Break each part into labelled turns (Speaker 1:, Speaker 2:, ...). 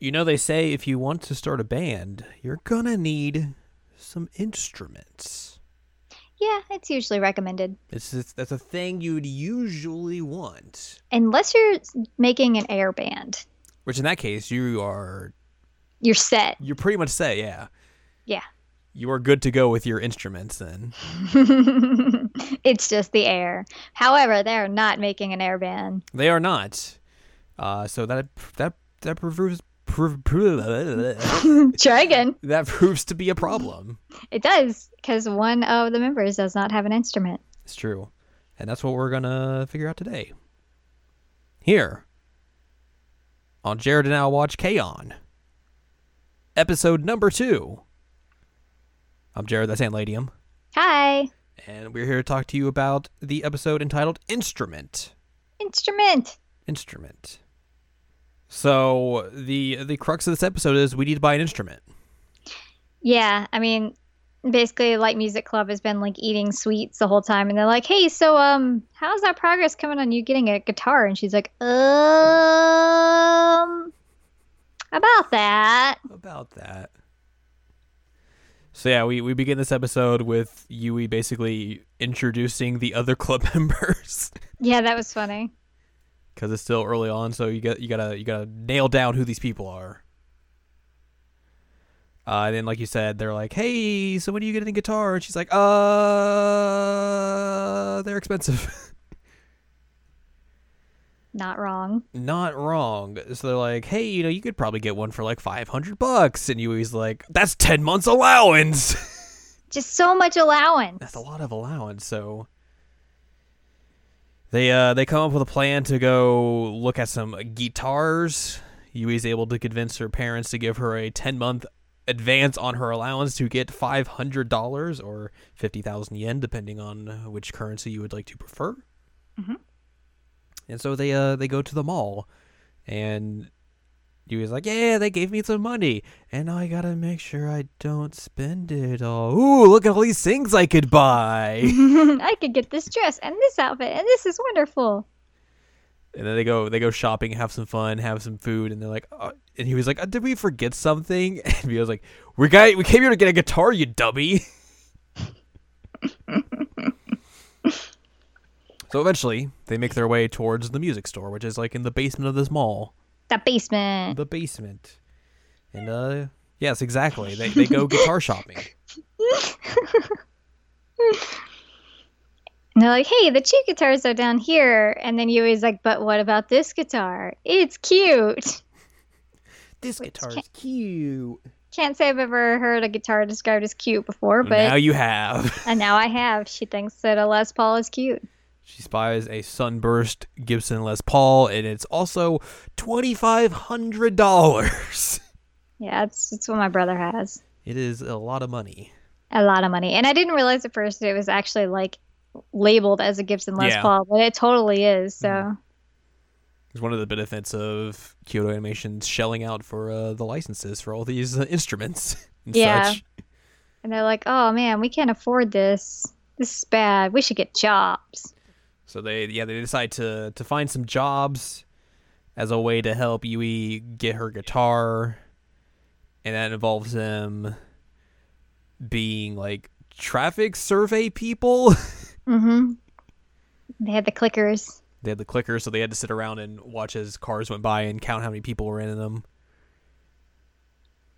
Speaker 1: You know, they say if you want to start a band, you're gonna need some instruments.
Speaker 2: Yeah, it's usually recommended.
Speaker 1: It's, it's that's a thing you'd usually want.
Speaker 2: Unless you're s- making an air band,
Speaker 1: Which in that case, you are
Speaker 2: you're set.
Speaker 1: you pretty much say, yeah,
Speaker 2: Yeah.
Speaker 1: you are good to go with your instruments. Then
Speaker 2: it's just the air. However, they're not making an air band.
Speaker 1: they are not. Uh, so that that that proves prov- prov-
Speaker 2: Try again.
Speaker 1: that proves to be a problem.
Speaker 2: It does, because one of the members does not have an instrument.
Speaker 1: It's true, and that's what we're gonna figure out today. Here on Jared and I watch K-On! episode number two. I'm Jared. That's Antladium.
Speaker 2: Hi,
Speaker 1: and we're here to talk to you about the episode entitled Instrument.
Speaker 2: instrument.
Speaker 1: Instrument. So the the crux of this episode is we need to buy an instrument.
Speaker 2: Yeah, I mean, basically, Light Music Club has been like eating sweets the whole time, and they're like, "Hey, so um, how's that progress coming on you getting a guitar?" And she's like, "Um, about that."
Speaker 1: About that. So yeah, we, we begin this episode with Yui basically introducing the other club members
Speaker 2: Yeah, that was funny.
Speaker 1: because it's still early on. So you got you gotta you gotta nail down who these people are. Uh, and then, like you said, they're like, "Hey, so when do you get a guitar?" And she's like, "Uh, they're expensive."
Speaker 2: Not wrong.
Speaker 1: not wrong. So they're like, hey, you know, you could probably get one for like 500 bucks. And Yui's like, that's 10 months allowance.
Speaker 2: Just so much allowance.
Speaker 1: that's a lot of allowance. So they uh, they come up with a plan to go look at some guitars. Yui's able to convince her parents to give her a 10 month advance on her allowance to get $500 or 50,000 yen, depending on which currency you would like to prefer.
Speaker 2: Mhm.
Speaker 1: And so they uh, they go to the mall, and Yui's like, "Yeah, they gave me some money, and now I gotta make sure I don't spend it all. Ooh, look at all these things I could buy."
Speaker 2: I could get this dress and this outfit, and this is wonderful.
Speaker 1: and then they go they go shopping, have some fun, have some food, and they're like, uh, and he was like, uh, "Did we forget something?" And he was like, "We got we came here to get a guitar, you dummy." so eventually, they make their way towards the music store, which is like in the basement of this mall.
Speaker 2: The basement.
Speaker 1: the basement. And uh yes, exactly. They they go guitar shopping.
Speaker 2: And they're like, hey, the cheap guitars are down here. And then Yui's like, but what about this guitar? It's cute.
Speaker 1: This guitar is cute.
Speaker 2: Can't say I've ever heard a guitar described as cute before, but
Speaker 1: now you have.
Speaker 2: and now I have. She thinks that a Les Paul is cute.
Speaker 1: She buys a sunburst Gibson Les Paul and it's also twenty five hundred dollars.
Speaker 2: Yeah, it's, it's what my brother has.
Speaker 1: It is a lot of money.
Speaker 2: A lot of money. And I didn't realize at first it was actually like labeled as a Gibson Les
Speaker 1: Yeah.
Speaker 2: Paul, but it totally is. So
Speaker 1: It's one of the benefits of Kyoto Animation's shelling out for uh, the licenses for all these uh, instruments and
Speaker 2: Yeah.
Speaker 1: such.
Speaker 2: and they're like, oh man, we can't afford this. This is bad. We should get jobs.
Speaker 1: So they yeah they decide to to find some jobs as a way to help Yui get her guitar, and that involves them being like traffic survey people.
Speaker 2: Mm-hmm. They had the clickers.
Speaker 1: they had the clicker, so they had to sit around and watch as cars went by and count how many people were in them,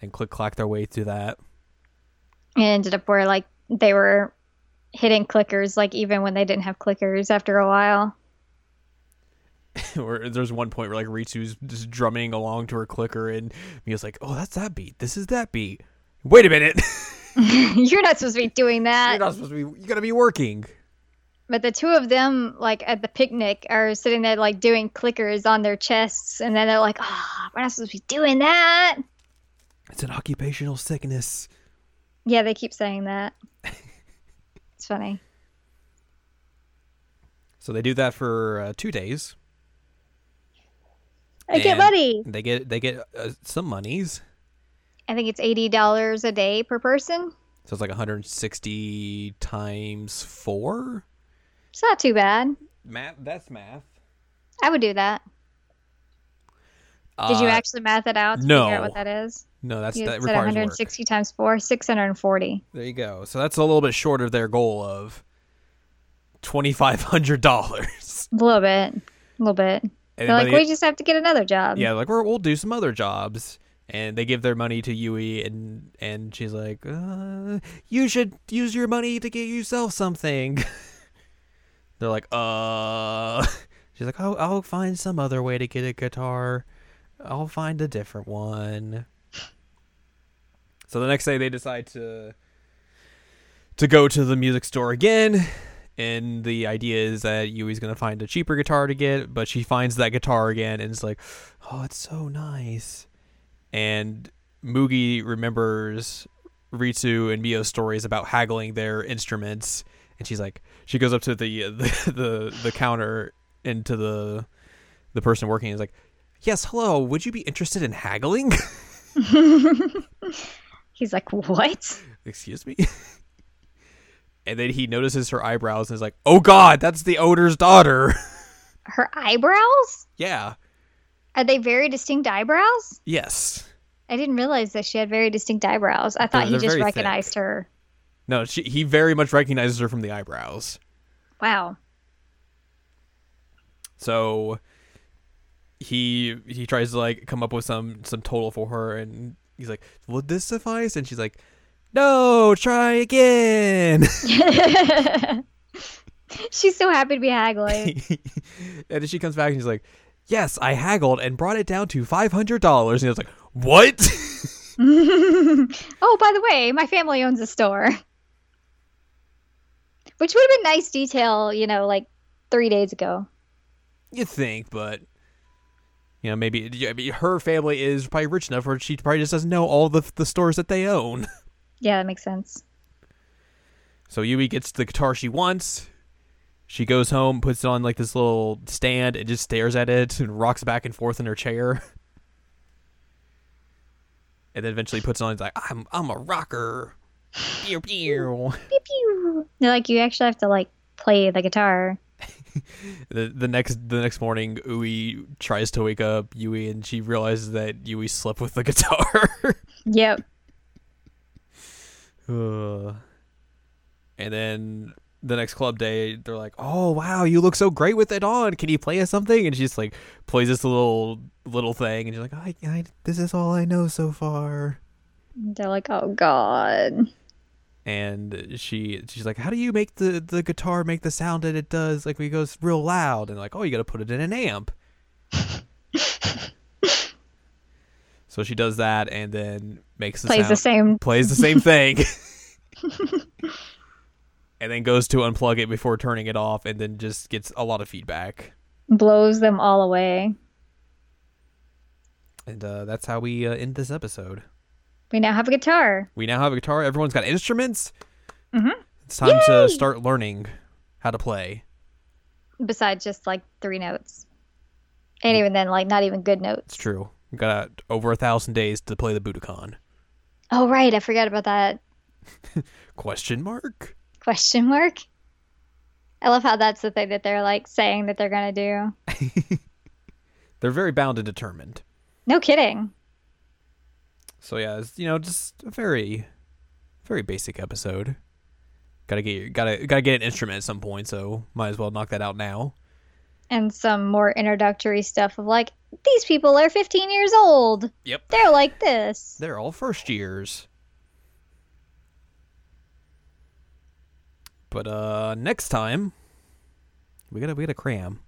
Speaker 1: and click clack their way through that.
Speaker 2: it ended up where like they were hitting clickers like even when they didn't have clickers after a while
Speaker 1: or there's one point where like Ritsu's just drumming along to her clicker, and Mia's like, "Oh, that's that beat. This is that beat. Wait a minute."
Speaker 2: you're not supposed to be doing that
Speaker 1: You're not supposed to be. You gotta be working.
Speaker 2: but the two of them like at the picnic are sitting there like doing clickers on their chests and then they're like oh we're not supposed to be doing that
Speaker 1: It's an occupational sickness.
Speaker 2: yeah they keep saying that it's funny
Speaker 1: So they do that for uh, two days.
Speaker 2: i Uh, get
Speaker 1: And
Speaker 2: money
Speaker 1: They get they get uh, some monies.
Speaker 2: i think it's $80 a day per person
Speaker 1: So it's like 160 times four.
Speaker 2: it's not too bad
Speaker 1: Math. That's math.
Speaker 2: i would do that Did you
Speaker 1: Uh,
Speaker 2: actually math it out to
Speaker 1: no.
Speaker 2: figure out what that is?
Speaker 1: No, that's
Speaker 2: you
Speaker 1: that
Speaker 2: said
Speaker 1: requires work.
Speaker 2: 160 times 4, 640.
Speaker 1: There you go. So that's a little bit short of their goal of twenty five hundred dollars.
Speaker 2: A little bit. A little bit. They're like, we just have to get another job.
Speaker 1: yeah, like We're, we'll do some other jobs, and they give their money to Yui, and and she's like, uh, you should use your money to get yourself something. They're like, uh, she's like, oh, I'll find some other way to get a guitar. I'll find a different one. So the next day, they decide to to go to the music store again. And the idea is that Yui's gonna find a cheaper guitar to get, but she finds that guitar again and is like, "Oh, it's so nice." And Mugi remembers Ritsu and Mio's stories about haggling their instruments, and she's like, she goes up to the the the, the counter and to the the person working and is like, "Yes, hello. Would you be interested in haggling?"
Speaker 2: He's like, what?
Speaker 1: excuse me and then he notices her eyebrows and is like oh god that's the odor's daughter
Speaker 2: Her eyebrows?
Speaker 1: yeah
Speaker 2: Are they very distinct eyebrows?
Speaker 1: yes
Speaker 2: I didn't realize that she had very distinct eyebrows. I thought
Speaker 1: they're
Speaker 2: he just
Speaker 1: very
Speaker 2: recognized her.
Speaker 1: no she, he very much recognizes her from the eyebrows
Speaker 2: Wow.
Speaker 1: so he he tries to like come up with some some total for her and he's like would this suffice and she's like no try again
Speaker 2: She's so happy to be haggling.
Speaker 1: and then she comes back and she's like yes i haggled and brought it down to $500 and he was like what
Speaker 2: oh, by the way, my family owns a store. Which would have been nice detail, you know, like three days ago.
Speaker 1: you think, but you know, maybe yeah, I mean, her family is probably rich enough where she probably just doesn't know all the the stores that they own.
Speaker 2: Yeah, that makes sense.
Speaker 1: So Yui gets the guitar she wants. She goes home, puts it on like this little stand, and just stares at it and rocks back and forth in her chair. And then eventually puts it on. And is like, I'm I'm a rocker. Pew pew.
Speaker 2: Pew pew. They're like, you actually have to like play the guitar.
Speaker 1: The, the next the next morning, Ui tries to wake up Yui, and she realizes that Yui slept with the guitar.
Speaker 2: Yep.
Speaker 1: Uh, and then the next club day, they're like, "Oh wow, you look so great with it on. Can you play us something?" And she just like plays this little little thing, and you're like, I, "I this is all I know so far."
Speaker 2: They're like, oh god.
Speaker 1: And she she's like, "How do you make the the guitar make the sound that it does? Like when it goes real loud?" And like, "Oh, you got to put it in an amp." so she does that, and then makes the
Speaker 2: Plays
Speaker 1: sound.
Speaker 2: the same.
Speaker 1: plays the same thing and then goes to unplug it before turning it off and then just gets a lot of feedback
Speaker 2: Blows them all away.
Speaker 1: and uh, that's how we uh, end this episode
Speaker 2: We now have a guitar.
Speaker 1: we now have a guitar everyone's got instruments
Speaker 2: Mhm.
Speaker 1: it's time to
Speaker 2: Yay!
Speaker 1: start learning how to play
Speaker 2: Besides just like three notes. And even then, like not even good notes.
Speaker 1: it's true we got over a thousand days to play the budokan
Speaker 2: Oh right, I forgot about that.
Speaker 1: question mark
Speaker 2: Question mark. I love how that's the thing that they're like saying that they're gonna do.
Speaker 1: they're very bound and determined
Speaker 2: No kidding.
Speaker 1: so yeah it's, you know just a very very basic episode gotta get your, gotta gotta get an instrument at some point so might as well knock that out now
Speaker 2: And some more introductory stuff of like, these people are 15 years old.
Speaker 1: Yep.
Speaker 2: They're like this.
Speaker 1: They're all first years. But uh next time we gotta we gotta cram.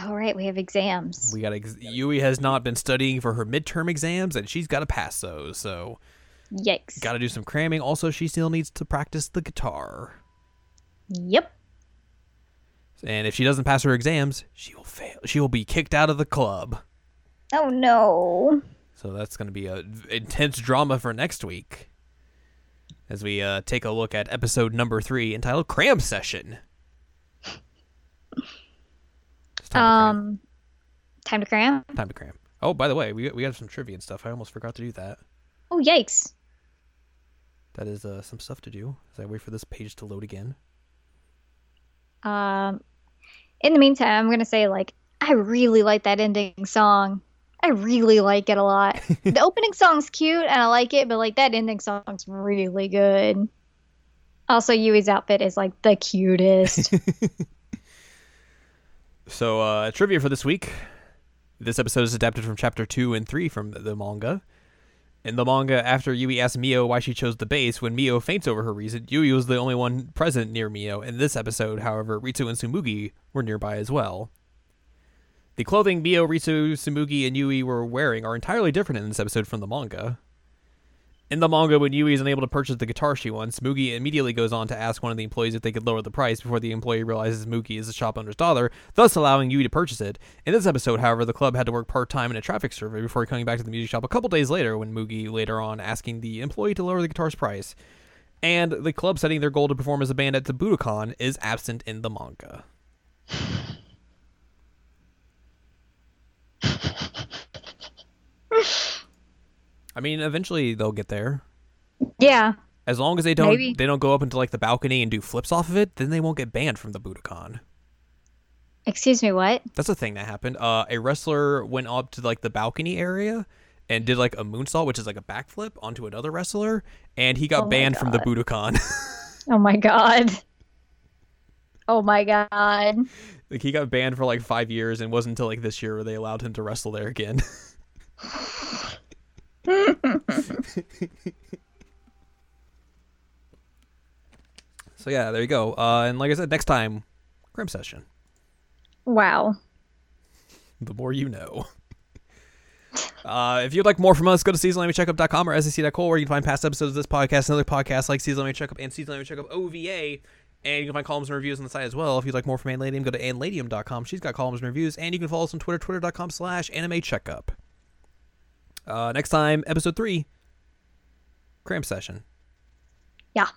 Speaker 2: All Oh, right, we have exams.
Speaker 1: We gotta ex- Yui has not been studying for her midterm exams and she's gotta pass those, so
Speaker 2: Yikes.
Speaker 1: gotta do some cramming. Also she still needs to practice the guitar.
Speaker 2: Yep.
Speaker 1: And if she doesn't pass her exams, she will fail she will be kicked out of the club.
Speaker 2: Oh no.
Speaker 1: So that's going to be a intense drama for next week as we uh, take a look at episode number three entitled Cram Session. It's time,
Speaker 2: Um, time to cram.
Speaker 1: to cram. time to cram. Oh, by the way, we, we have some trivia and stuff. I almost forgot to do that.
Speaker 2: Oh yikes.
Speaker 1: That is uh, some stuff to do as I wait for this page to load again.
Speaker 2: Um, in the meantime, I'm gonna say like I really like that ending song. I really like it a lot. the opening song's cute and I like it, but like that ending song's really good. Also, Yui's outfit is like the cutest.
Speaker 1: So, uh, trivia for this week. This episode is adapted from chapter 2 and 3 from the manga. In the manga, after Yui asks Mio why she chose the base, when Mio faints over her reason, Yui was the only one present near Mio. In this episode, however, Ritsu and Sumugi were nearby as well. The clothing Mio, Ritsu, Sumugi, and Yui were wearing are entirely different in this episode from the manga. In the manga, when Yui is unable to purchase the guitar she wants, Mugi immediately goes on to ask one of the employees if they could lower the price before the employee realizes Mugi is the shop owner's daughter, thus allowing Yui to purchase it. In this episode, however, the club had to work part time in a traffic survey before coming back to the music shop a couple days later when Mugi later on asking the employee to lower the guitar's price. And the club setting their goal to perform as a band at the Budokan is absent in the manga. I mean, eventually they'll get there.
Speaker 2: yeah.
Speaker 1: As long as they don't
Speaker 2: Maybe.
Speaker 1: they don't go up into like the balcony and do flips off of it, then they won't get banned from the Budokan.
Speaker 2: Excuse me, what?
Speaker 1: That's a thing that happened. Uh, a wrestler went up to like the balcony area and did like a moonsault, which is like a backflip onto another wrestler, and he got
Speaker 2: Oh my
Speaker 1: banned from the Budokan.
Speaker 2: Oh my god. Oh my god.
Speaker 1: like he got banned for like five years, and wasn't until like this year where they allowed him to wrestle there again. so yeah, there you go. Uh, and like I said, next time, crim session.
Speaker 2: Wow.
Speaker 1: the more you know. Uh, if you'd like more from us, go to seasonlanguagecheckup.com or E sec.co where you can find past episodes of this podcast and other podcasts like Season Language Checkup and Season Language Checkup OVA. And you can find columns and reviews on the site as well. If you'd like more from Ann Ladium, go to annladium.com. She's got columns and reviews. And you can follow us on Twitter, twitter.com slash anime checkup. Uh, next time, episode three, cram session.
Speaker 2: Yeah.